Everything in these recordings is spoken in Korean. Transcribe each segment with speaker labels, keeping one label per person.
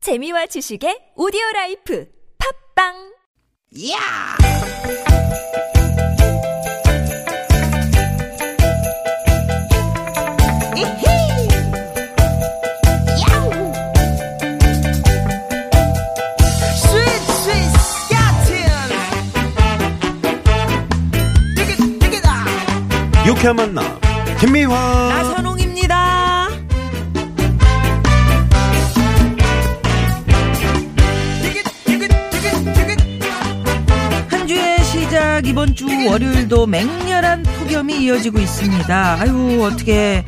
Speaker 1: 재미와 지식의 오디오 라이프 팝빵
Speaker 2: Yeah!
Speaker 3: 유쾌한 만남 김미화
Speaker 2: 나선홍입니다.
Speaker 4: 한 주의 시작 이번 주 월요일도 맹렬한 폭염이 이어지고 있습니다. 아유 어떻게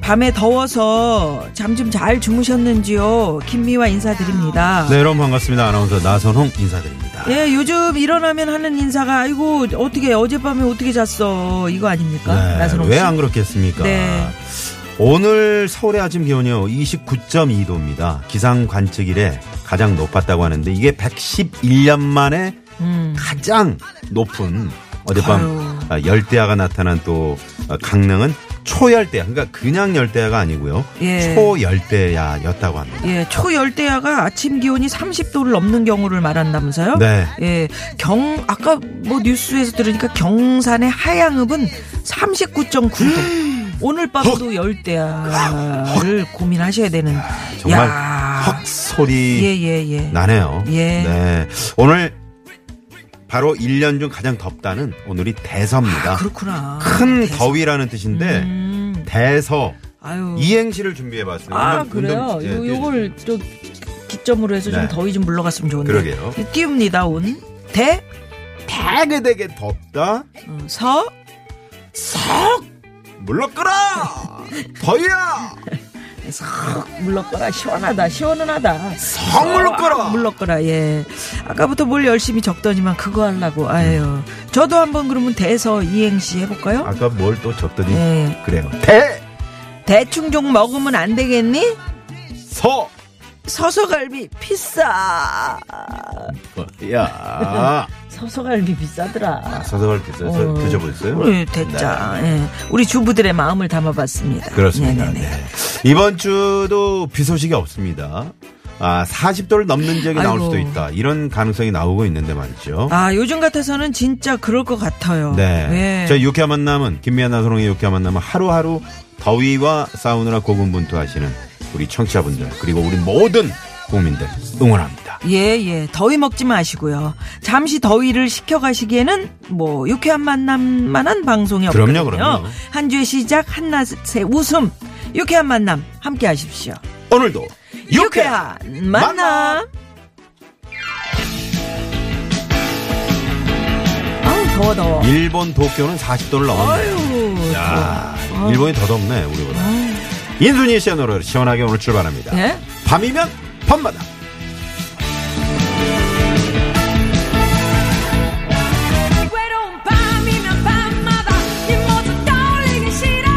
Speaker 4: 밤에 더워서 잠 좀 잘 주무셨는지요? 김미화 인사드립니다.
Speaker 3: 네 여러분 반갑습니다 아나운서 나선홍 인사드립니다
Speaker 4: 예, 요즘 일어나면 하는 인사가 아이고 어떻게 어젯밤에 어떻게 잤어 이거 아닙니까? 나선홍 씨.
Speaker 3: 네, 왜 안 그렇겠습니까
Speaker 4: 네.
Speaker 3: 오늘 서울의 아침 기온이요 29.2도입니다 기상 관측 일에 가장 높았다고 하는데 이게 111년 만에 가장 높은 어젯밤
Speaker 4: 음. 아유.
Speaker 3: 아, 열대야가 나타난 또 어, 강릉은 초열대야 그러니까 그냥 열대야가 아니고요
Speaker 4: 예.
Speaker 3: 초열대야였다고 합니다
Speaker 4: 예, 초열대야가 아침 기온이 30도를 넘는 경우를 말한다면서요?
Speaker 3: 네.
Speaker 4: 예, 경 아까 뭐 뉴스에서 들으니까 경산의 하양읍은
Speaker 3: 음.
Speaker 4: 39.9도. 오늘 밤도 열대야를 고민하셔야 되는.
Speaker 3: 정말
Speaker 4: 야.
Speaker 3: 헉 소리
Speaker 4: 예, 예, 예.
Speaker 3: 나네요.
Speaker 4: 예.
Speaker 3: 네. 오늘 바로 1년 중 가장 덥다는 오늘이 대서입니다.
Speaker 4: 아, 그렇구나.
Speaker 3: 큰
Speaker 4: 대서.
Speaker 3: 더위라는 뜻인데
Speaker 4: 음,
Speaker 3: 대서
Speaker 4: 아유.
Speaker 3: 이행시를 준비해 봤어요. 예,
Speaker 4: 아, 그래요. 요, 요걸 좀 기점으로 해서
Speaker 3: 네.
Speaker 4: 좀 더위 좀 물러갔으면 좋은데.
Speaker 3: 그러게요.
Speaker 4: 띄웁니다. 온 대,
Speaker 3: 되게 되게 덥다.
Speaker 4: 어, 서,
Speaker 3: 물러 끓어. 더위야.
Speaker 4: 석 물렀거라 시원하다 시원은 하다
Speaker 3: 석 아, 물렀거라.
Speaker 4: 물렀거라 예 아까부터 뭘 열심히 적더니만 그거 하려고 아유 저도 한번 그러면 대서 이행시 해볼까요
Speaker 3: 아까 뭘 또 적더니
Speaker 4: 예
Speaker 3: 그래요. 대
Speaker 4: 대충 좀 먹으면 안 되겠니
Speaker 3: 서.
Speaker 4: 서서갈비 비싸
Speaker 3: 야.
Speaker 4: 서서갈비 비싸더라
Speaker 3: 아, 서서갈 드세요. 서- 드셔보셨어요? 네.
Speaker 4: 우리 대짜 예 우리 주부들의 마음을 담아봤습니다
Speaker 3: 그렇습니다.
Speaker 4: 네네네.
Speaker 3: 네. 이번 주도 비 소식이 없습니다. 아, 40도를 넘는 지역이 나올
Speaker 4: 아이고.
Speaker 3: 수도 있다. 이런 가능성이 나오고 있는데 말이죠.
Speaker 4: 아 요즘 같아서는 진짜 그럴 것 같아요
Speaker 3: 네.
Speaker 4: 예.
Speaker 3: 저희 유쾌한 만남은, 김미아 나선홍의 유쾌한 만남은 하루하루 더위와 싸우느라 고군분투하시는 우리 청취자분들, 그리고 우리 모든 국민들 응원합니다.
Speaker 4: 예, 예. 더위 먹지 마시고요. 잠시 더위를 식혀가시기에는 뭐 유쾌한 만남만한 방송이
Speaker 3: 그럼요,
Speaker 4: 없거든요.
Speaker 3: 그럼요.
Speaker 4: 한 주의 시작, 한낮의 웃음, 유쾌한 만남 함께 하십시오.
Speaker 3: 오늘도
Speaker 4: 유쾌한 만남. 아우 더워 더워.
Speaker 3: 일본 도쿄는 40도를 넘었네요.
Speaker 4: 아유.
Speaker 3: 예.
Speaker 4: 아.
Speaker 3: 야, 일본이 더 덥네, 우리보다. 인순이 씨의 노래로 시원하게 오늘 출발합니다.
Speaker 4: 예?
Speaker 3: 밤이면 밤마다.
Speaker 5: 외로운 밤이면 밤마다 네 모습 떠올리기 싫어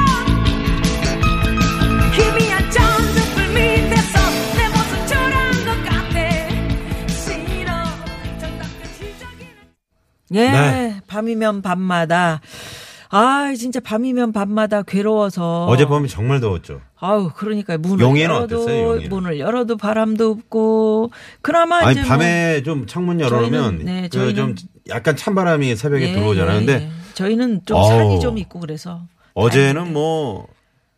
Speaker 5: 희미한 전등불 밑에서 내 모습 초라한 것 같아 싫어 정답은 시작이란
Speaker 4: 예,
Speaker 3: 네.
Speaker 4: 밤이면 밤마다. 아, 진짜 밤이면 밤마다 괴로워서.
Speaker 3: 어젯밤이 정말 더웠죠.
Speaker 4: 아우 그러니까 문을
Speaker 3: 용인은
Speaker 4: 열어도
Speaker 3: 어땠어요, 용인은?
Speaker 4: 문을 열어도 바람도 없고 그나마
Speaker 3: 아니
Speaker 4: 이제 뭐
Speaker 3: 밤에 좀 창문 열어놓으면
Speaker 4: 저희는- 네,
Speaker 3: 그 좀
Speaker 4: 저희는-
Speaker 3: 약간 찬바람이 새벽에
Speaker 4: 예,
Speaker 3: 들어오잖아요.
Speaker 4: 예,
Speaker 3: 근데
Speaker 4: 예. 저희는 좀
Speaker 3: 어우.
Speaker 4: 산이 좀 있고 그래서
Speaker 3: 어제는 뭐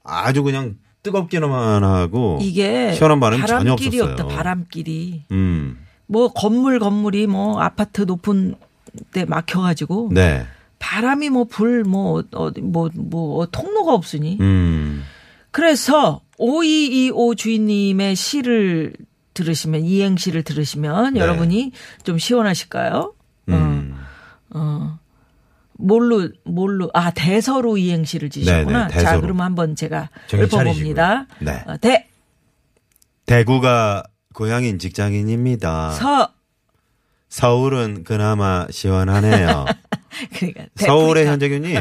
Speaker 3: 아주 그냥 뜨겁기만 하고
Speaker 4: 이게
Speaker 3: 뭐 시원한 바람이 전혀
Speaker 4: 바람길이
Speaker 3: 없었어요.
Speaker 4: 없다 바람길이
Speaker 3: 음,
Speaker 4: 뭐 건물 건물이 뭐 아파트 높은 데 막혀가지고
Speaker 3: 네,
Speaker 4: 바람이 뭐 불 뭐 어디 뭐뭐 통로가 없으니
Speaker 3: 음,
Speaker 4: 그래서 5225 주인님의 시를 들으시면 이행시를 들으시면
Speaker 3: 네.
Speaker 4: 여러분이 좀 시원하실까요?
Speaker 3: 음,
Speaker 4: 어. 뭘로 뭘로 아 대서로 이행시를 지셨구나.
Speaker 3: 네, 네, 대서로.
Speaker 4: 자, 그럼 한번 제가
Speaker 3: 정신
Speaker 4: 읊어봅니다.
Speaker 3: 차리시고요. 네.
Speaker 4: 어, 대,
Speaker 3: 대구가 고향인 직장인입니다.
Speaker 4: 서,
Speaker 3: 서울은 그나마 시원하네요.
Speaker 4: 그러니까 대-
Speaker 3: 서울의
Speaker 4: 그러니까,
Speaker 3: 현재 기온이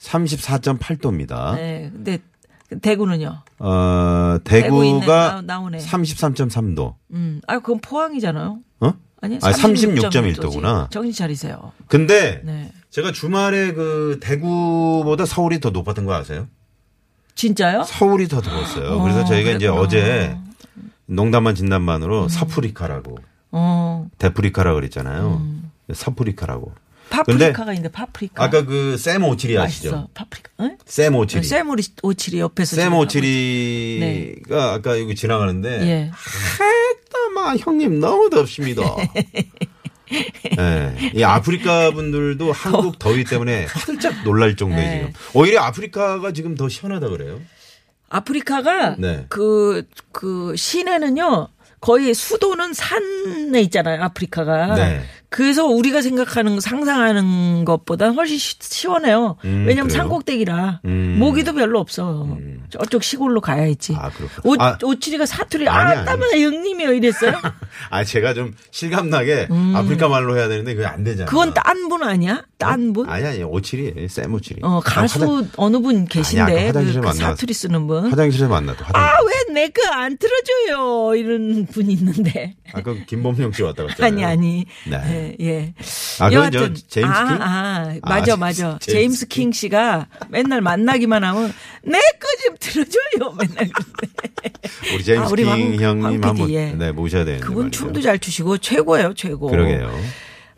Speaker 3: 34.8도입니다.
Speaker 4: 네, 근데 대구는요.
Speaker 3: 어,
Speaker 4: 대구 있네.
Speaker 3: 대구가
Speaker 4: 나- 나오네.
Speaker 3: 33.3도.
Speaker 4: 음, 아 그건 포항이잖아요.
Speaker 3: 어?
Speaker 4: 아니,
Speaker 3: 아,
Speaker 4: 36.1 도지.
Speaker 3: 36.1 도구나.
Speaker 4: 정신 차리세요.
Speaker 3: 근데
Speaker 4: 네,
Speaker 3: 제가 주말에 그 대구보다 서울이 더 높았던 거 아세요?
Speaker 4: 진짜요?
Speaker 3: 서울이 더 더웠어요. 그래서
Speaker 4: 어,
Speaker 3: 저희가 이제
Speaker 4: 그랬구나.
Speaker 3: 어제 농담만 진담만으로 사프리카라고
Speaker 4: 어.
Speaker 3: 데프리카라고 그랬잖아요. 사프리카라고.
Speaker 4: 파프리카가 있는데 파프리카.
Speaker 3: 아까 그 샘 오칠이
Speaker 4: 맛있어.
Speaker 3: 아시죠?
Speaker 4: 파프리카. 응?
Speaker 3: 샘 오칠이.
Speaker 4: 쌤 오리 오칠이 옆에서
Speaker 3: 샘
Speaker 4: 지금
Speaker 3: 오칠이가 네.
Speaker 4: 네.
Speaker 3: 아까 여기 지나가는데
Speaker 4: 예.
Speaker 3: 했다마 형님 너무 덥십니다. 예, 이 아프리카 분들도 한국 더위 때문에 화들짝 놀랄 정도에
Speaker 4: 네.
Speaker 3: 지금 오히려 아프리카가 지금 더 시원하다 그래요.
Speaker 4: 아프리카가
Speaker 3: 네.
Speaker 4: 그, 그 시내는요 거의 수도는 산에 있잖아요. 아프리카가.
Speaker 3: 네.
Speaker 4: 그래서 우리가 생각하는 거, 상상하는 것보다 훨씬 시, 시원해요.
Speaker 3: 음,
Speaker 4: 왜냐면
Speaker 3: 그래요?
Speaker 4: 산 꼭대기라
Speaker 3: 음.
Speaker 4: 모기도 별로 없어. 저쪽 시골로 가야지.
Speaker 3: 아, 그렇구나.
Speaker 4: 오,
Speaker 3: 아.
Speaker 4: 오칠이가 사투리
Speaker 3: 아니,
Speaker 4: 아,
Speaker 3: 아니.
Speaker 4: 따마나 형님이요 이랬어요.
Speaker 3: 아 제가 좀 실감나게 아프리카 말로 해야 되는데 그게 안 되잖아요.
Speaker 4: 음. 그건 딴 분 아니야? 딴 분?
Speaker 3: 아니 아니 오칠이 쌤 오칠이.
Speaker 4: 어, 가수
Speaker 3: 화장-
Speaker 4: 어느 분 계신데
Speaker 3: 아니, 아까
Speaker 4: 그,
Speaker 3: 화장실에
Speaker 4: 그
Speaker 3: 만나서.
Speaker 4: 사투리 쓰는 분.
Speaker 3: 화장실에서 만났다. 화장실.
Speaker 4: 아 왜 내 거 안 틀어줘요 이런 분이 있는데
Speaker 3: 아까 김범용 씨 왔다 갔잖아요.
Speaker 4: 아니 아니
Speaker 3: 네.
Speaker 4: 예, 예.
Speaker 3: 아, 그건 저
Speaker 4: 여하튼,
Speaker 3: 제임스
Speaker 4: 아,
Speaker 3: 킹?
Speaker 4: 아,
Speaker 3: 아,
Speaker 4: 맞아
Speaker 3: 제-
Speaker 4: 맞아
Speaker 3: 제임스
Speaker 4: 제임스
Speaker 3: 킹.
Speaker 4: 킹 씨가 맨날 만나기만 하면 내 거 좀 들어줘요 맨날 그런데
Speaker 3: 우리 제임스
Speaker 4: 아, 우리
Speaker 3: 킹
Speaker 4: 왕- 왕 PD,
Speaker 3: 형님 한번
Speaker 4: 예.
Speaker 3: 네, 모셔야 되는데
Speaker 4: 그분
Speaker 3: 말이죠.
Speaker 4: 춤도 잘 추시고 최고예요 최고
Speaker 3: 그러게요.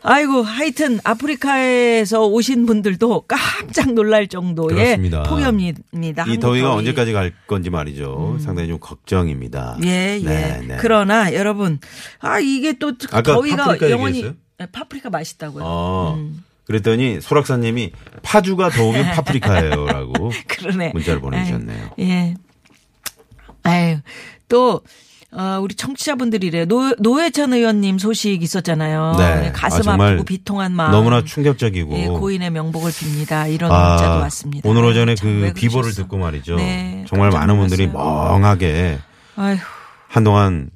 Speaker 4: 아이고 하여튼 아프리카에서 오신 분들도 깜짝 놀랄 정도의
Speaker 3: 그렇습니다.
Speaker 4: 폭염입니다
Speaker 3: 이
Speaker 4: 한국
Speaker 3: 더위가
Speaker 4: 더위. 음.
Speaker 3: 언제까지 갈 건지 말이죠. 상당히 좀 걱정입니다. 네,
Speaker 4: 예, 예. 그러나 여러분, 아, 이게 또
Speaker 3: 아까
Speaker 4: 더위가
Speaker 3: 파프리카
Speaker 4: 영원히.
Speaker 3: 얘기했어요?
Speaker 4: 네, 파프리카 맛있다고요.
Speaker 3: 어,
Speaker 4: 음.
Speaker 3: 그랬더니 소락사님이 파주가 더우면 파프리카예요라고
Speaker 4: 그러네.
Speaker 3: 문자를 보내주셨네요.
Speaker 4: 아유, 예. 아유, 또, 어, 우리 청취자분들이래요. 노, 노회찬 의원님 소식 있었잖아요.
Speaker 3: 네.
Speaker 4: 가슴
Speaker 3: 아,
Speaker 4: 아,
Speaker 3: 정말
Speaker 4: 프고 비통한 마음.
Speaker 3: 너무나 충격적이고
Speaker 4: 예, 고인의 명복을 빕니다. 이런
Speaker 3: 아,
Speaker 4: 문자도 왔습니다.
Speaker 3: 오늘 오전에
Speaker 4: 참왜
Speaker 3: 그 비보를
Speaker 4: 그러셨어.
Speaker 3: 듣고 말이죠.
Speaker 4: 네,
Speaker 3: 정말
Speaker 4: 깜짝
Speaker 3: 많은 분들이 뭐
Speaker 4: 놀랐어요.
Speaker 3: 멍하게
Speaker 4: 아휴,
Speaker 3: 한동안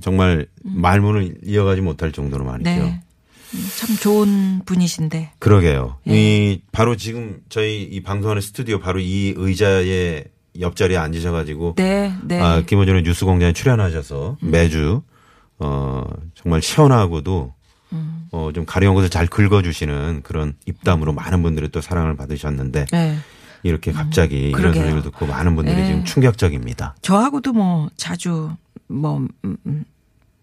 Speaker 3: 정말 말문을 이어가지 못할 정도로 말이죠.
Speaker 4: 음. 네. 음, 참 좋은 분이신데.
Speaker 3: 그러게요.
Speaker 4: 예.
Speaker 3: 이 바로 지금 저희 이 방송하는 스튜디오 바로 이 의자의 옆자리에 앉으셔가지고
Speaker 4: 네, 음. 네.
Speaker 3: 아, 김호준의 뉴스공장에 출연하셔서 매주 어 정말 시원하고도
Speaker 4: 음.
Speaker 3: 어 좀 가려운 것을 잘 긁어주시는 그런 입담으로 많은 분들이 또 사랑을 받으셨는데
Speaker 4: 네.
Speaker 3: 이렇게 갑자기 이런
Speaker 4: 그러게요.
Speaker 3: 소식을 듣고 많은 분들이
Speaker 4: 네.
Speaker 3: 지금 충격적입니다.
Speaker 4: 저하고도 뭐 자주 뭐 음, 음,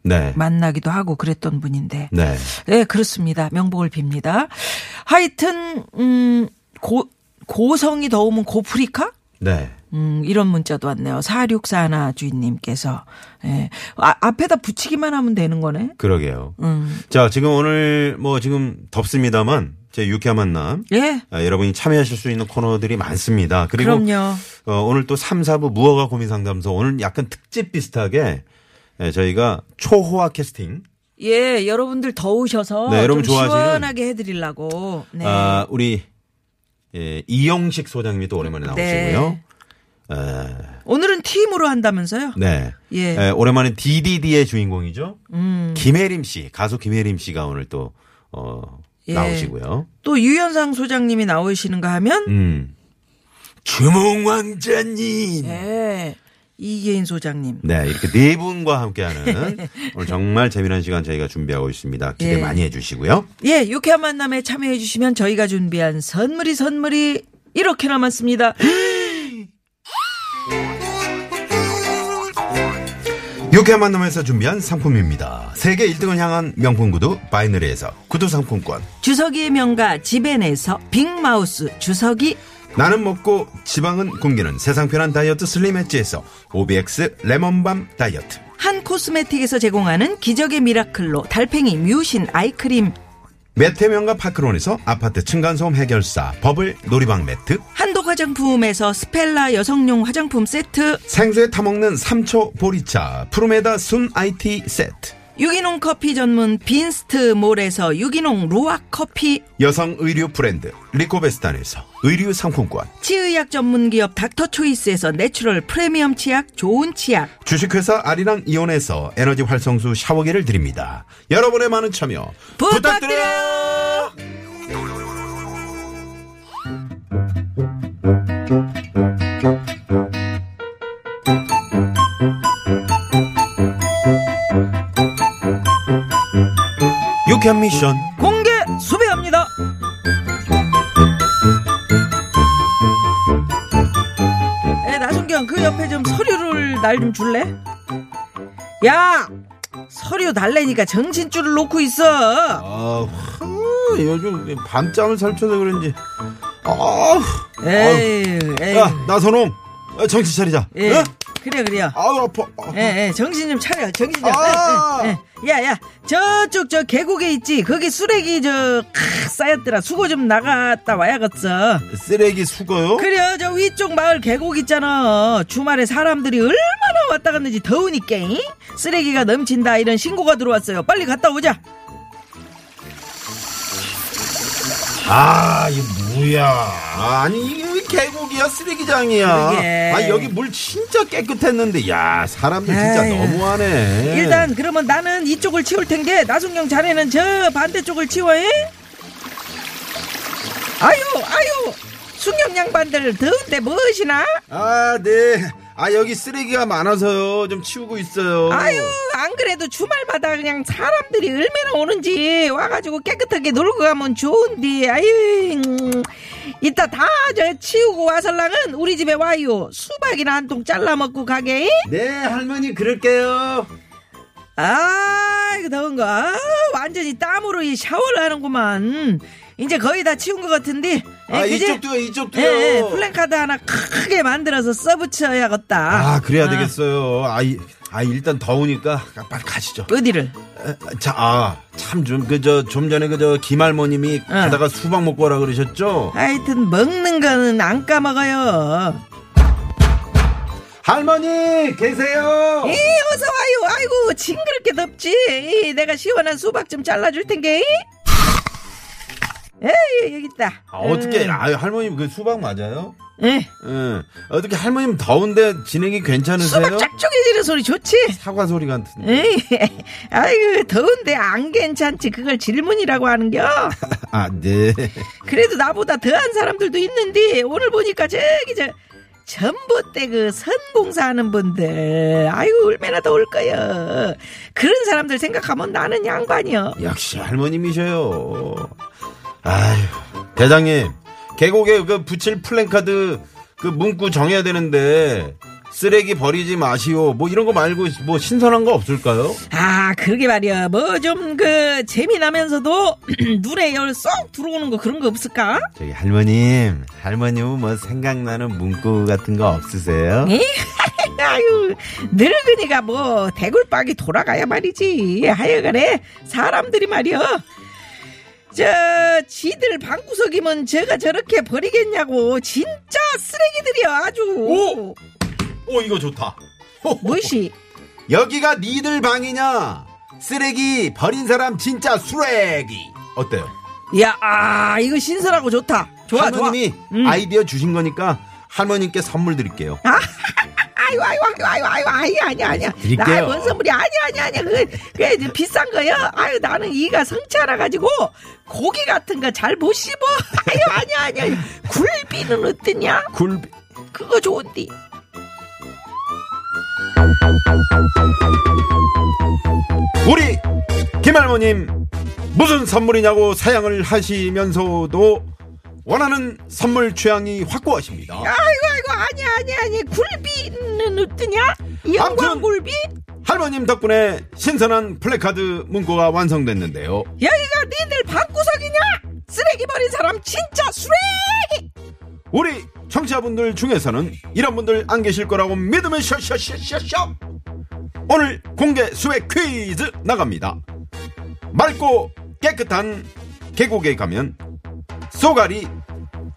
Speaker 3: 네,
Speaker 4: 만나기도 하고 그랬던 분인데.
Speaker 3: 네,
Speaker 4: 네, 그렇습니다. 명복을 빕니다. 하여튼 음, 고 고성이 더우면 고프리카?
Speaker 3: 네.
Speaker 4: 음, 이런 문자도 왔네요. 4641 주인님께서. 예. 아, 앞에다 붙이기만 하면 되는 거네.
Speaker 3: 그러게요.
Speaker 4: 음.
Speaker 3: 자, 지금 오늘 뭐 지금 덥습니다만 제 유쾌한 만남
Speaker 4: 예.
Speaker 3: 아, 여러분이 참여하실 수 있는 코너들이 많습니다. 그리고
Speaker 4: 그럼요.
Speaker 3: 어, 오늘 또 3, 4부 무허가 고민 상담소 오늘 약간 특집 비슷하게 예, 저희가 초호화 캐스팅
Speaker 4: 예, 여러분들 더우셔서
Speaker 3: 네, 여러분
Speaker 4: 좀
Speaker 3: 좋아하시는-
Speaker 4: 시원하게 해 드리려고. 네.
Speaker 3: 아, 우리 예, 이영식 소장님이 또 오랜만에 나오시고요.
Speaker 4: 네.
Speaker 3: 에,
Speaker 4: 오늘은 팀으로 한다면서요?
Speaker 3: 네.
Speaker 4: 예. 음.
Speaker 3: 에, 오랜만에 DDD의 주인공이죠. 김혜림 씨, 가수 김혜림 씨가 오늘 또 어,
Speaker 4: 예.
Speaker 3: 나오시고요.
Speaker 4: 또 유현상 소장님이 나오시는가 하면
Speaker 3: 음. 주몽 왕자님.
Speaker 4: 예. 이계인 소장님.
Speaker 3: 네, 이렇게 네 분과 함께하는 오늘 정말 재미난 시간 저희가 준비하고 있습니다. 기대
Speaker 4: 예.
Speaker 3: 많이 해주시고요.
Speaker 4: 예, 유쾌한 만남에 참여해 주시면 저희가 준비한 선물이 선물이 이렇게 남았습니다.
Speaker 3: 6회 만남에서 준비한 상품입니다. 세계 1등을 향한 명품 구두 바이너리에서 구두 상품권.
Speaker 4: 주석이의 명가 지벤에서 빅마우스 주석이
Speaker 3: 나는 먹고 지방은 굶기는 세상 편한 다이어트 슬림 엣지에서 오비엑스 레몬밤 다이어트.
Speaker 4: 한 코스메틱에서 제공하는 기적의 미라클로 달팽이 뮤신 아이크림
Speaker 3: 매태명과 파크론에서 아파트 층간소음 해결사 버블 놀이방 매트.
Speaker 4: 한독 화장품에서 스펠라 여성용 화장품 세트
Speaker 3: 생수에 타먹는 삼초 보리차 프로메다 순 IT 세트.
Speaker 4: 유기농 커피 전문 빈스트 몰에서 유기농 루아 커피
Speaker 3: 여성 의류 브랜드 리코베스탄에서 의류 상품권.
Speaker 4: 치의학 전문 기업 닥터 초이스에서 내추럴 프리미엄 치약 좋은 치약
Speaker 3: 주식회사 아리랑 이온에서 에너지 활성수 샤워기를 드립니다. 여러분의 많은 참여 부탁드려요. 유쾌한 미션
Speaker 4: 공개 수배합니다. 에, 나순경 그 옆에 좀 서류를 날 좀 줄래? 야 서류 달래니까 정신줄을 놓고 있어.
Speaker 3: 아, 후, 요즘 밤잠을 설쳐서 그런지. 아,
Speaker 4: 에이, 에이.
Speaker 3: 야, 나선홍, 야, 정신 차리자.
Speaker 4: 네. 예.
Speaker 3: 응?
Speaker 4: 그래 그래요.
Speaker 3: 아우 아파. 아.
Speaker 4: 예, 예, 정신 좀 차려, 정신 좀.
Speaker 3: 아!
Speaker 4: 예, 예, 예. 야, 야, 저쪽 저 계곡에 있지. 거기 쓰레기 저 캬, 쌓였더라. 수거 좀 나갔다 와야겠어.
Speaker 3: 쓰레기 수거요?
Speaker 4: 그래, 저 위쪽 마을 계곡 있잖아. 주말에 사람들이 얼마나 왔다 갔는지 더우니까 잉? 쓰레기가 넘친다 이런 신고가 들어왔어요. 빨리 갔다 오자.
Speaker 3: 아, 이게 뭐야? 아니 이게 왜 계곡이야 쓰레기장이야.
Speaker 4: 그러게.
Speaker 3: 아 여기 물 진짜 깨끗했는데, 야 사람들 진짜
Speaker 4: 에이.
Speaker 3: 너무하네.
Speaker 4: 일단 그러면 나는 이쪽을 치울 텐데 나순경 자네는 저 반대쪽을 치워해. 아유, 아유, 순경 양반들 더운데 무엇이나?
Speaker 3: 아 네. 아 여기 쓰레기가 많아서요. 좀 치우고 있어요.
Speaker 4: 아유 안 그래도 주말마다 그냥 사람들이 얼마나 오는지 와가지고 깨끗하게 놀고 가면 좋은데 아유 음. 이따 다 저 치우고 와설랑은 우리 집에 와요 수박이나 한 통 잘라 먹고 가게
Speaker 3: 네 할머니 그럴게요.
Speaker 4: 아 이거 더운 거 아, 완전히 땀으로 이 샤워를 하는구만 이제 거의 다 치운 것 같은데 예,
Speaker 3: 아
Speaker 4: 그지?
Speaker 3: 이쪽도요 이쪽도요.
Speaker 4: 예, 예, 플랜카드 하나 크게 만들어서 써붙여야겠다
Speaker 3: 아 그래야 되겠어요. 아, 이, 아 일단 더우니까 빨리 가시죠.
Speaker 4: 어디를
Speaker 3: 자, 아, 참 좀 그저 좀 전에 그저 김할머님이 가다가 수박 먹고 오라 그러셨죠?
Speaker 4: 하여튼 먹는 거는 안 까먹어요
Speaker 3: 할머니 계세요.
Speaker 4: 에이 어서 와요 아이고 징그럽게 덥지 에이, 내가 시원한 수박 좀 잘라줄 텐게 에이 여기 있다
Speaker 3: 아, 어떻게
Speaker 4: 음,
Speaker 3: 아 할머님 그 수박 맞아요?
Speaker 4: 예.
Speaker 3: 응. 어떻게 할머님 더운데 진행이 괜찮으세요?
Speaker 4: 수박 예. 짝짝해지는 소리 좋지
Speaker 3: 사과 소리 같은.
Speaker 4: 에이, 아이고 더운데 안 괜찮지 그걸 질문이라고 하는겨
Speaker 3: 아, 네.
Speaker 4: 그래도 나보다 더한 사람들도 있는데 오늘 보니까 저기 저 전봇대 그 선봉사하는 분들 아이고 얼마나 더울 거요 그런 사람들 생각하면 나는 양반이요
Speaker 3: 역시 할머님이셔요. 아휴, 대장님. 계곡에 그 붙일 플랜카드 그 문구 정해야 되는데 쓰레기 버리지 마시오. 뭐 이런 거 말고 뭐 신선한 거 없을까요?
Speaker 4: 아, 그러게 말이야. 뭐 좀 그 재미나면서도 눈에 열 쏙 들어오는 거 그런 거 없을까?
Speaker 3: 저기 할머님, 할머님 뭐 생각나는 문구 같은 거 없으세요?
Speaker 4: 에이, 아유, 늙으니까 뭐 대굴박이 돌아가야 말이지. 하여간에 사람들이 말이야. 저 지들 방구석이면 제가 저렇게 버리겠냐고 진짜 쓰레기들이야 아주
Speaker 3: 오! 오 어, 이거 좋다.
Speaker 4: 뭐시
Speaker 3: 여기가 니들 방이냐? 쓰레기 버린 사람 진짜 쓰레기. 어때요?
Speaker 4: 야 아, 이거 신선하고 좋다 좋아
Speaker 3: 할머님이
Speaker 4: 좋아 음.
Speaker 3: 아이디어 주신 거니까 할머님께 선물 드릴게요.
Speaker 4: 아, 아이고, 아이고, 아이고, 아이고, 아이고, 아니, 아니, 아니.
Speaker 3: 드릴게요.
Speaker 4: 나 뭔 선물이 아니, 아니, 아니. 그, 그, 이제 비싼 거요. 아유, 나는 이가 성찰해가지고 고기 같은 거 잘 못 씹어. 아유, 아니, 아니, 아니. 굴비는 어떠냐?
Speaker 3: 굴
Speaker 4: 그거 좋은데.
Speaker 3: 우리 김할머님 무슨 선물이냐고 사양을 하시면서도 원하는 선물 취향이 확고하십니다.
Speaker 4: 아이고, 아이고, 아니, 아니, 아니. 굴비는 어떠냐? 영광
Speaker 3: 아무튼-
Speaker 4: 굴비?
Speaker 3: 할머님 덕분에 신선한 플래카드 문구가 완성됐는데요.
Speaker 4: 여기가 니들 방구석이냐? 쓰레기 버린 사람 진짜 쓰레기!
Speaker 3: 우리 청취자분들 중에서는 이런 분들 안 계실 거라고 믿음을 셔셔셔셔셔 오늘 공개 수액 퀴즈 나갑니다 맑고 깨끗한 계곡에 가면 쏘가리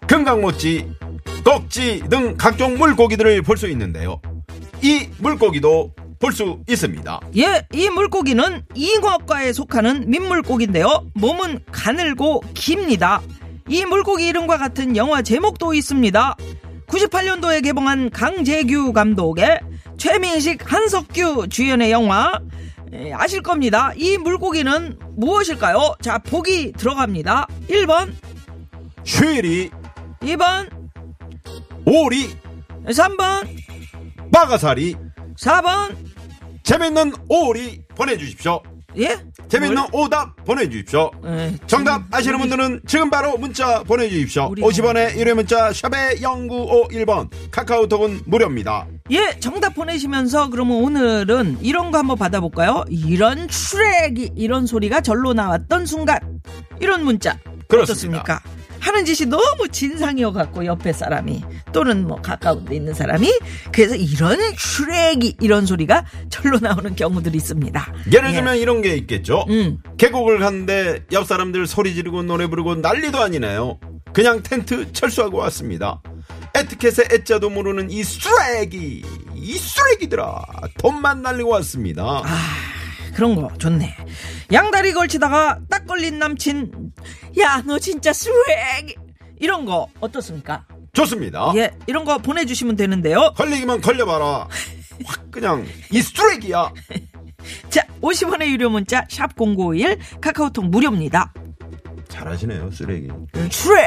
Speaker 3: 금강모찌 떡지 등 각종 물고기들을 볼 수 있는데요 이 물고기도 볼 수 있습니다
Speaker 4: 예, 이 물고기는 잉어과에 속하는 민물고기인데요. 몸은 가늘고 깁니다. 이 물고기 이름과 같은 영화 제목도 있습니다. 98년도에 개봉한 강재규 감독의 최민식, 한석규 주연의 영화 예, 아실 겁니다. 이 물고기는 무엇일까요? 자, 보기 들어갑니다. 1번,
Speaker 3: 쉬리
Speaker 4: 2번,
Speaker 3: 오리
Speaker 4: 3번,
Speaker 3: 빠가사리
Speaker 4: 4번.
Speaker 3: 재밌는 오리 보내주십시오
Speaker 4: 예?
Speaker 3: 재밌는 오답 보내주십시오
Speaker 4: 예,
Speaker 3: 정답 아시는 분들은 지금 바로 문자 보내주십시오.
Speaker 4: 우리가-
Speaker 3: 50원의 1회 문자 샵의 0951번 카카오톡은 무료입니다.
Speaker 4: 예, 정답 보내시면서 그러면 오늘은 이런 거 한번 받아볼까요? 이런 추레기 이런 소리가 절로 나왔던 순간 이런 문자
Speaker 3: 그렇습니다.
Speaker 4: 어떻습니까? 하는 짓이 너무 진상이어 갖고 옆에 사람이 또는 뭐 가까운 데 있는 사람이 그래서 이런 추레기 이런 소리가 절로 나오는 경우들이 있습니다.
Speaker 3: 예를
Speaker 4: 예.
Speaker 3: 들면 이런 게 있겠죠.
Speaker 4: 음.
Speaker 3: 계곡을 갔는데 옆 사람들 소리 지르고 노래 부르고 난리도 아니네요. 그냥 텐트 철수하고 왔습니다. 에티켓의 애자도 모르는 이 쓰레기, 이 쓰레기들아, 돈만 날리고 왔습니다.
Speaker 4: 아. 예, 그런 거 좋네. 양다리 걸치다가 딱 걸린 남친, 야, 너 진짜 스웩! 이런 거 어떻습니까?
Speaker 3: 좋습니다.
Speaker 4: 예, 이런 거 보내주시면 되는데요.
Speaker 3: 걸리기만 걸려봐라. 확 그냥 이 쓰레기야.
Speaker 4: 자, 50원의 유료 문자, 샵0951, 카카오톡 무료입니다.
Speaker 3: 잘하시네요, 쓰레기.
Speaker 4: 스웩!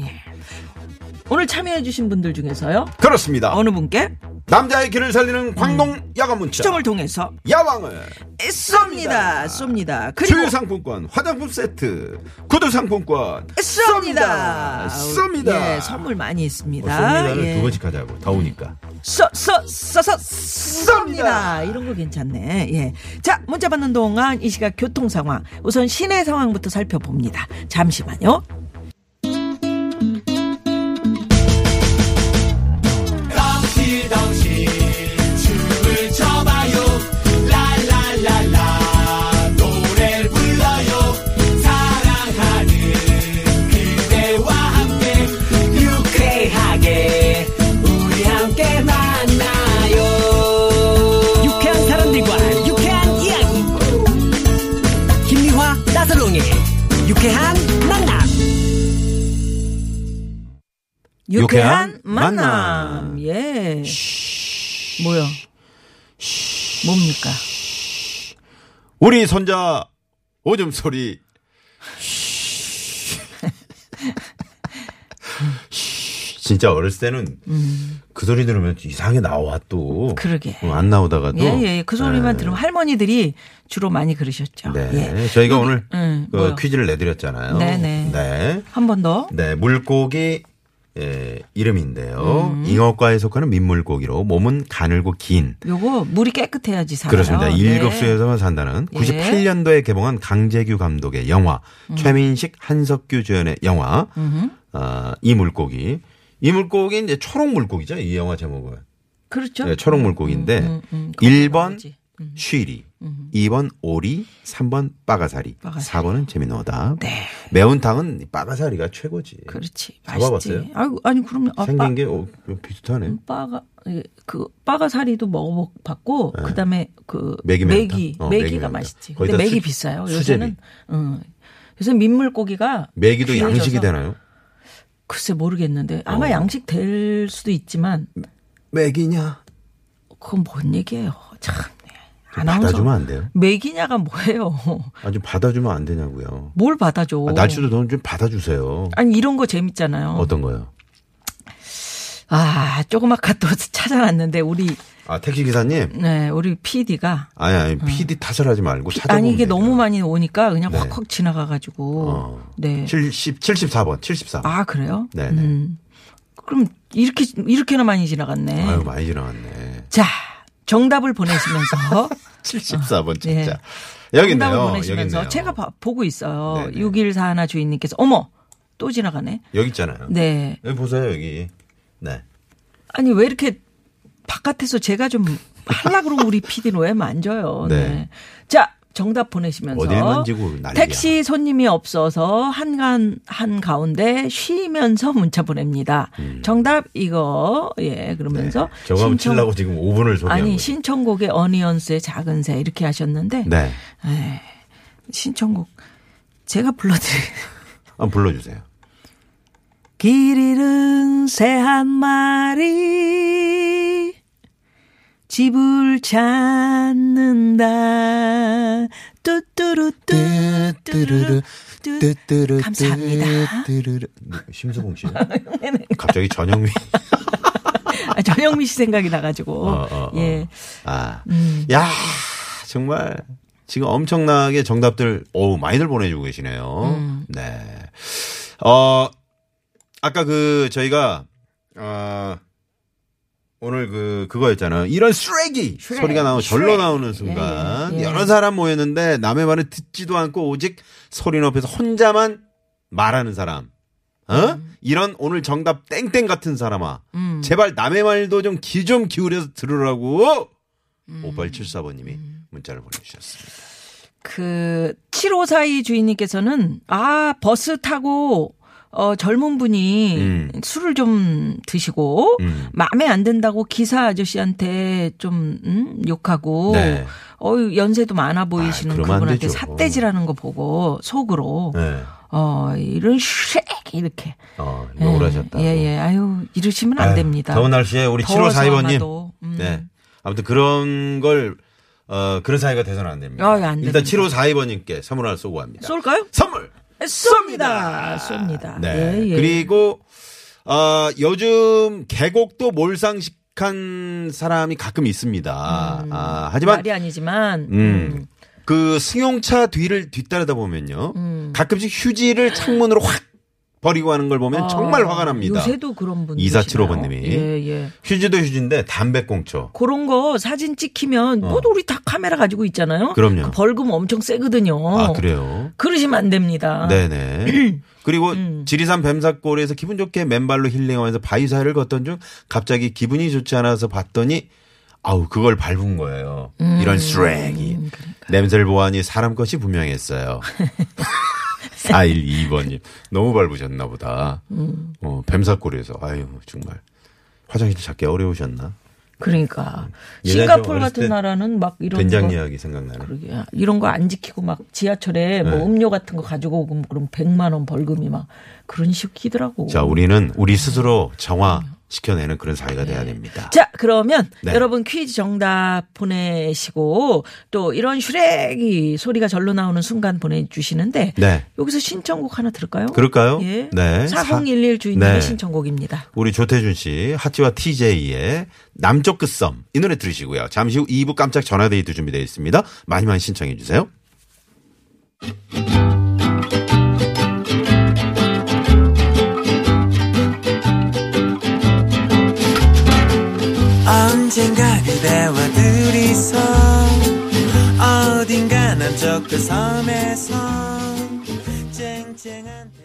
Speaker 4: 예. 오늘 참여해주신 분들 중에서요.
Speaker 3: 그렇습니다.
Speaker 4: 어느 분께
Speaker 3: 남자의 길을 살리는 광동 야간 문자
Speaker 4: 음. 추첨을 통해서
Speaker 3: 야왕을
Speaker 4: 쏩니다. 쏩니다. 그리고
Speaker 3: 주유 상품권, 화장품 세트, 구두 상품권
Speaker 4: 쏩니다.
Speaker 3: 쏩니다.
Speaker 4: 예, 선물 많이 있습니다.
Speaker 3: 쏩니다를
Speaker 4: 예.
Speaker 3: 어, 두 번씩 하자고 더우니까.
Speaker 4: 써, 써, 써서 쏩니다. 이런 거 괜찮네. 예. 자, 문자 받는 동안 이 시각 교통 상황. 우선 시내 상황부터 살펴봅니다. 잠시만요.
Speaker 6: 유쾌한 사람들과 유쾌한 이야기 김미화 나서롱의 유쾌한 만남
Speaker 3: 유쾌한
Speaker 4: 유쾌한
Speaker 3: 만남.
Speaker 4: 만남. 예. 뭐야? 뭡니까?
Speaker 3: 우리 손자 오줌 소리. 진짜 어렸을 때는 그 소리 들으면 이상하게 나와 또.
Speaker 4: 음. 그러게.
Speaker 3: 어, 안 나오다가도.
Speaker 4: 예, 예. 그 소리만
Speaker 3: 네.
Speaker 4: 들으면 할머니들이 주로 많이 그러셨죠.
Speaker 3: 네.
Speaker 4: 예.
Speaker 3: 저희가 오늘
Speaker 4: 음,
Speaker 3: 그
Speaker 4: 뭐요?
Speaker 3: 퀴즈를 내드렸잖아요.
Speaker 4: 네네.
Speaker 3: 네.
Speaker 4: 한 번 더.
Speaker 3: 네, 물고기 예, 이름인데요.
Speaker 4: 음.
Speaker 3: 잉어과에 속하는 민물고기로 몸은 가늘고 긴.
Speaker 4: 요거 물이 깨끗해야지 살아요.
Speaker 3: 그렇습니다.
Speaker 4: 예.
Speaker 3: 일급수에서만 산다는 98년도에 개봉한 강재규 감독의 영화,
Speaker 4: 음.
Speaker 3: 최민식 한석규 주연의 영화, 아, 이 물고기. 이 물고기 이제 초록 물고기죠. 이 영화 제목은.
Speaker 4: 그렇죠.
Speaker 3: 네, 초록 물고기인데
Speaker 4: 음, 그건
Speaker 3: 1번
Speaker 4: 나오지. 음.
Speaker 3: 쉬리, 2번 오리, 3번 빠가사리,
Speaker 4: 빠가사리.
Speaker 3: 4번은 재미노다.
Speaker 4: 네. 그렇죠.
Speaker 3: 매운탕은 이 빠가사리가 최고지.
Speaker 4: 그렇지.
Speaker 3: 잡아봤어요?
Speaker 4: 맛있지. 아이고, 아니 그럼요. 아, 빠,
Speaker 3: 생긴 게 어, 비슷하네.
Speaker 4: 빠가 예, 그 빠가 사리도 먹어봤고 그다음에 그
Speaker 3: 네. 매기 매운탕?
Speaker 4: 매기
Speaker 3: 어, 매기
Speaker 4: 매기가
Speaker 3: 매운탕.
Speaker 4: 맛있지.
Speaker 3: 거기다
Speaker 4: 근데 매기
Speaker 3: 수-
Speaker 4: 비싸요.
Speaker 3: 수제비.
Speaker 4: 요새는 음, 요새 민물고기가
Speaker 3: 메기도
Speaker 4: 귀해져서
Speaker 3: 양식이 되나요? 어.
Speaker 4: 글쎄 모르겠는데 아마 양식 될 수도 있지만
Speaker 3: 네. 메기냐?
Speaker 4: 그건 뭔 얘기예요. 참. 네.
Speaker 3: 받아주면 안 돼요?
Speaker 4: 매기냐가 뭐예요?
Speaker 3: 아좀 받아주면 안 되냐고요.
Speaker 4: 뭘 받아줘?
Speaker 3: 아, 날씨도 너무 좀 받아주세요.
Speaker 4: 아니 이런 거 재밌잖아요.
Speaker 3: 어떤 거요?
Speaker 4: 아 조금 아까 또 찾아놨는데 우리
Speaker 3: 아 택시 기사님.
Speaker 4: 네 우리 PD가
Speaker 3: 아니 아니 PD 탓을 하지 말고 찾아보면
Speaker 4: 음. 아니 이게
Speaker 3: 돼요.
Speaker 4: 너무 많이 오니까 그냥
Speaker 3: 네.
Speaker 4: 확확 지나가가지고
Speaker 3: 어.
Speaker 4: 네.
Speaker 3: 70 74번 74. 번
Speaker 4: 아 그래요?
Speaker 3: 네네.
Speaker 4: 음. 그럼 이렇게 이렇게나 많이 지나갔네.
Speaker 3: 아유 많이 지나갔네.
Speaker 4: 자 정답을 보내시면서
Speaker 3: 74번
Speaker 4: 예.
Speaker 3: 진짜 여기
Speaker 4: 정답을
Speaker 3: 있네요. 여기
Speaker 4: 보내시면서
Speaker 3: 있네요.
Speaker 4: 제가 봐- 보고 있어요.
Speaker 3: 네네.
Speaker 4: 6141 주인님께서 어머 또 지나가네.
Speaker 3: 여기 있잖아요.
Speaker 4: 네.
Speaker 3: 여기 보세요 여기. 네.
Speaker 4: 아니 왜 이렇게 바깥에서 제가 좀 할라 그러면 우리 PD는 왜 만져요. 네.
Speaker 3: 네.
Speaker 4: 자 정답 보내시면서
Speaker 3: 어딜 만지고 난리야.
Speaker 4: 택시 손님이 없어서 한간 한 가운데 쉬면서 문자 보냅니다. 정답 이거 예 그러면서
Speaker 3: 음. 네. 저거 한번 치려고 지금 5분을 소개하고.
Speaker 4: 아니 신청곡의 어니언스의 작은 새 이렇게 하셨는데
Speaker 3: 네.
Speaker 4: 신청곡 제가 불러드릴
Speaker 3: 한번 불러주세요.
Speaker 4: 길 잃은 새 한 마리 집을 찾는다 뚜뚜루뚜 뚜뚜루
Speaker 3: 네,
Speaker 4: 뚜뚜루 감사합니다
Speaker 3: 심수봉 씨. 네. 갑자기 전영미.
Speaker 4: 아, 전영미 씨 생각이 나가지고
Speaker 3: 어, 어, 어.
Speaker 4: 예
Speaker 3: 아, 야 정말 지금 엄청나게 정답들 어우 많이들 보내주고 계시네요. 네. 어 아까 그 저희가 어, 아, 오늘 그 그거였잖아요. 이런 쓰레기 소리가 나오 절로 나오는 순간
Speaker 4: 예, 예.
Speaker 3: 여러 사람 모였는데 남의 말을 듣지도 않고 오직 소리 높여서 혼자만 말하는 사람. 어?
Speaker 4: 음.
Speaker 3: 이런 오늘 정답 땡땡 같은 사람아. 제발 남의 말도 좀 귀 좀 기울여서 들으라고.
Speaker 4: 음.
Speaker 3: 5874번님이 문자를 보내주셨습니다.
Speaker 4: 그 7542 주인님께서는 아 버스 타고 어 젊은 분이
Speaker 3: 음.
Speaker 4: 술을 좀 드시고
Speaker 3: 음.
Speaker 4: 마음에 안 든다고 기사 아저씨한테 좀 음, 욕하고
Speaker 3: 네.
Speaker 4: 어 연세도 많아 보이시는
Speaker 3: 아, 그러면 안
Speaker 4: 그분한테
Speaker 3: 되죠.
Speaker 4: 삿대질하는 거 보고 속으로
Speaker 3: 네.
Speaker 4: 어 이런 쉐 이렇게
Speaker 3: 어, 욕을 하셨다.
Speaker 4: 예예 아유 이러시면 안
Speaker 3: 아유,
Speaker 4: 됩니다.
Speaker 3: 더운 날씨에 우리
Speaker 4: 더워서
Speaker 3: 7542번님.
Speaker 4: 아마도, 음.
Speaker 3: 네. 아무튼 그런 걸, 어, 그런 사이가 돼서는 안 됩니다.
Speaker 4: 아, 예, 안
Speaker 3: 일단
Speaker 4: 됩니다.
Speaker 3: 7542번님께 선물 하나 쏘고 갑니다.
Speaker 4: 쏠까요?
Speaker 3: 선물!
Speaker 4: 쏩니다. 쏩니다.
Speaker 3: 네.
Speaker 4: 예, 예.
Speaker 3: 그리고, 어, 요즘 계곡도 몰상식한 사람이 가끔 있습니다. 아, 하지만,
Speaker 4: 음, 말이 아니지만
Speaker 3: 음. 그 승용차 뒤를 뒤따르다 보면요.
Speaker 4: 음.
Speaker 3: 가끔씩 휴지를 창문으로 확 버리고 하는 걸 보면
Speaker 4: 아,
Speaker 3: 정말 화가 납니다.
Speaker 4: 요새도 그런 분.
Speaker 3: 2475번 님이.
Speaker 4: 예, 예.
Speaker 3: 휴지도 휴지인데 담배꽁초.
Speaker 4: 그런 거 사진 찍히면 모두 우리 다 카메라 가지고 있잖아요.
Speaker 3: 어. 그럼요.
Speaker 4: 그 벌금 엄청 세거든요.
Speaker 3: 아, 그래요?
Speaker 4: 그러시면 안 됩니다.
Speaker 3: 네네. 그리고 지리산 뱀사골에서 기분 좋게 맨발로 힐링하면서 바위 사이를 걷던 중 갑자기 기분이 좋지 않아서 봤더니 아우 그걸 밟은 거예요. 이런 쓰레기. 냄새를 보아니 사람 것이 분명했어요. 412번님. 너무 밟으셨나 보다. 어, 뱀사골에서. 아유 정말. 화장실 찾기 어려우셨나?
Speaker 4: 그러니까
Speaker 3: 음. 예전에
Speaker 4: 싱가폴
Speaker 3: 어렸을 때
Speaker 4: 같은 나라는 막 이런
Speaker 3: 된장
Speaker 4: 거
Speaker 3: 이야기 생각나네.
Speaker 4: 그러게. 이런 거 안 지키고 막 지하철에
Speaker 3: 네.
Speaker 4: 뭐 음료 같은 거 가지고 오고 뭐 그럼 100만 원 벌금이 막 그런 식이더라고.
Speaker 3: 자, 우리는 우리 스스로 정화시켜내는 그런 사회가 돼야 됩니다.
Speaker 4: 자, 그러면
Speaker 3: 네.
Speaker 4: 여러분 퀴즈 정답 보내시고 또 이런 슈렉이 소리가 절로 나오는 순간 보내주시는데
Speaker 3: 네.
Speaker 4: 여기서 신청곡 하나 들을까요?
Speaker 3: 그럴까요?
Speaker 4: 예.
Speaker 3: 네.
Speaker 4: 4011 주인님의
Speaker 3: 네.
Speaker 4: 신청곡입니다.
Speaker 3: 우리 조태준 씨, 하찌와 TJ의 남쪽 끝섬 이 노래 들으시고요. 잠시 후 2부 깜짝 전화데이트 준비되어 있습니다. 많이 많이 신청해 주세요.
Speaker 7: 언젠가 그대와 둘이서 어딘가 남쪽 그 섬에서 쨍쨍한 대-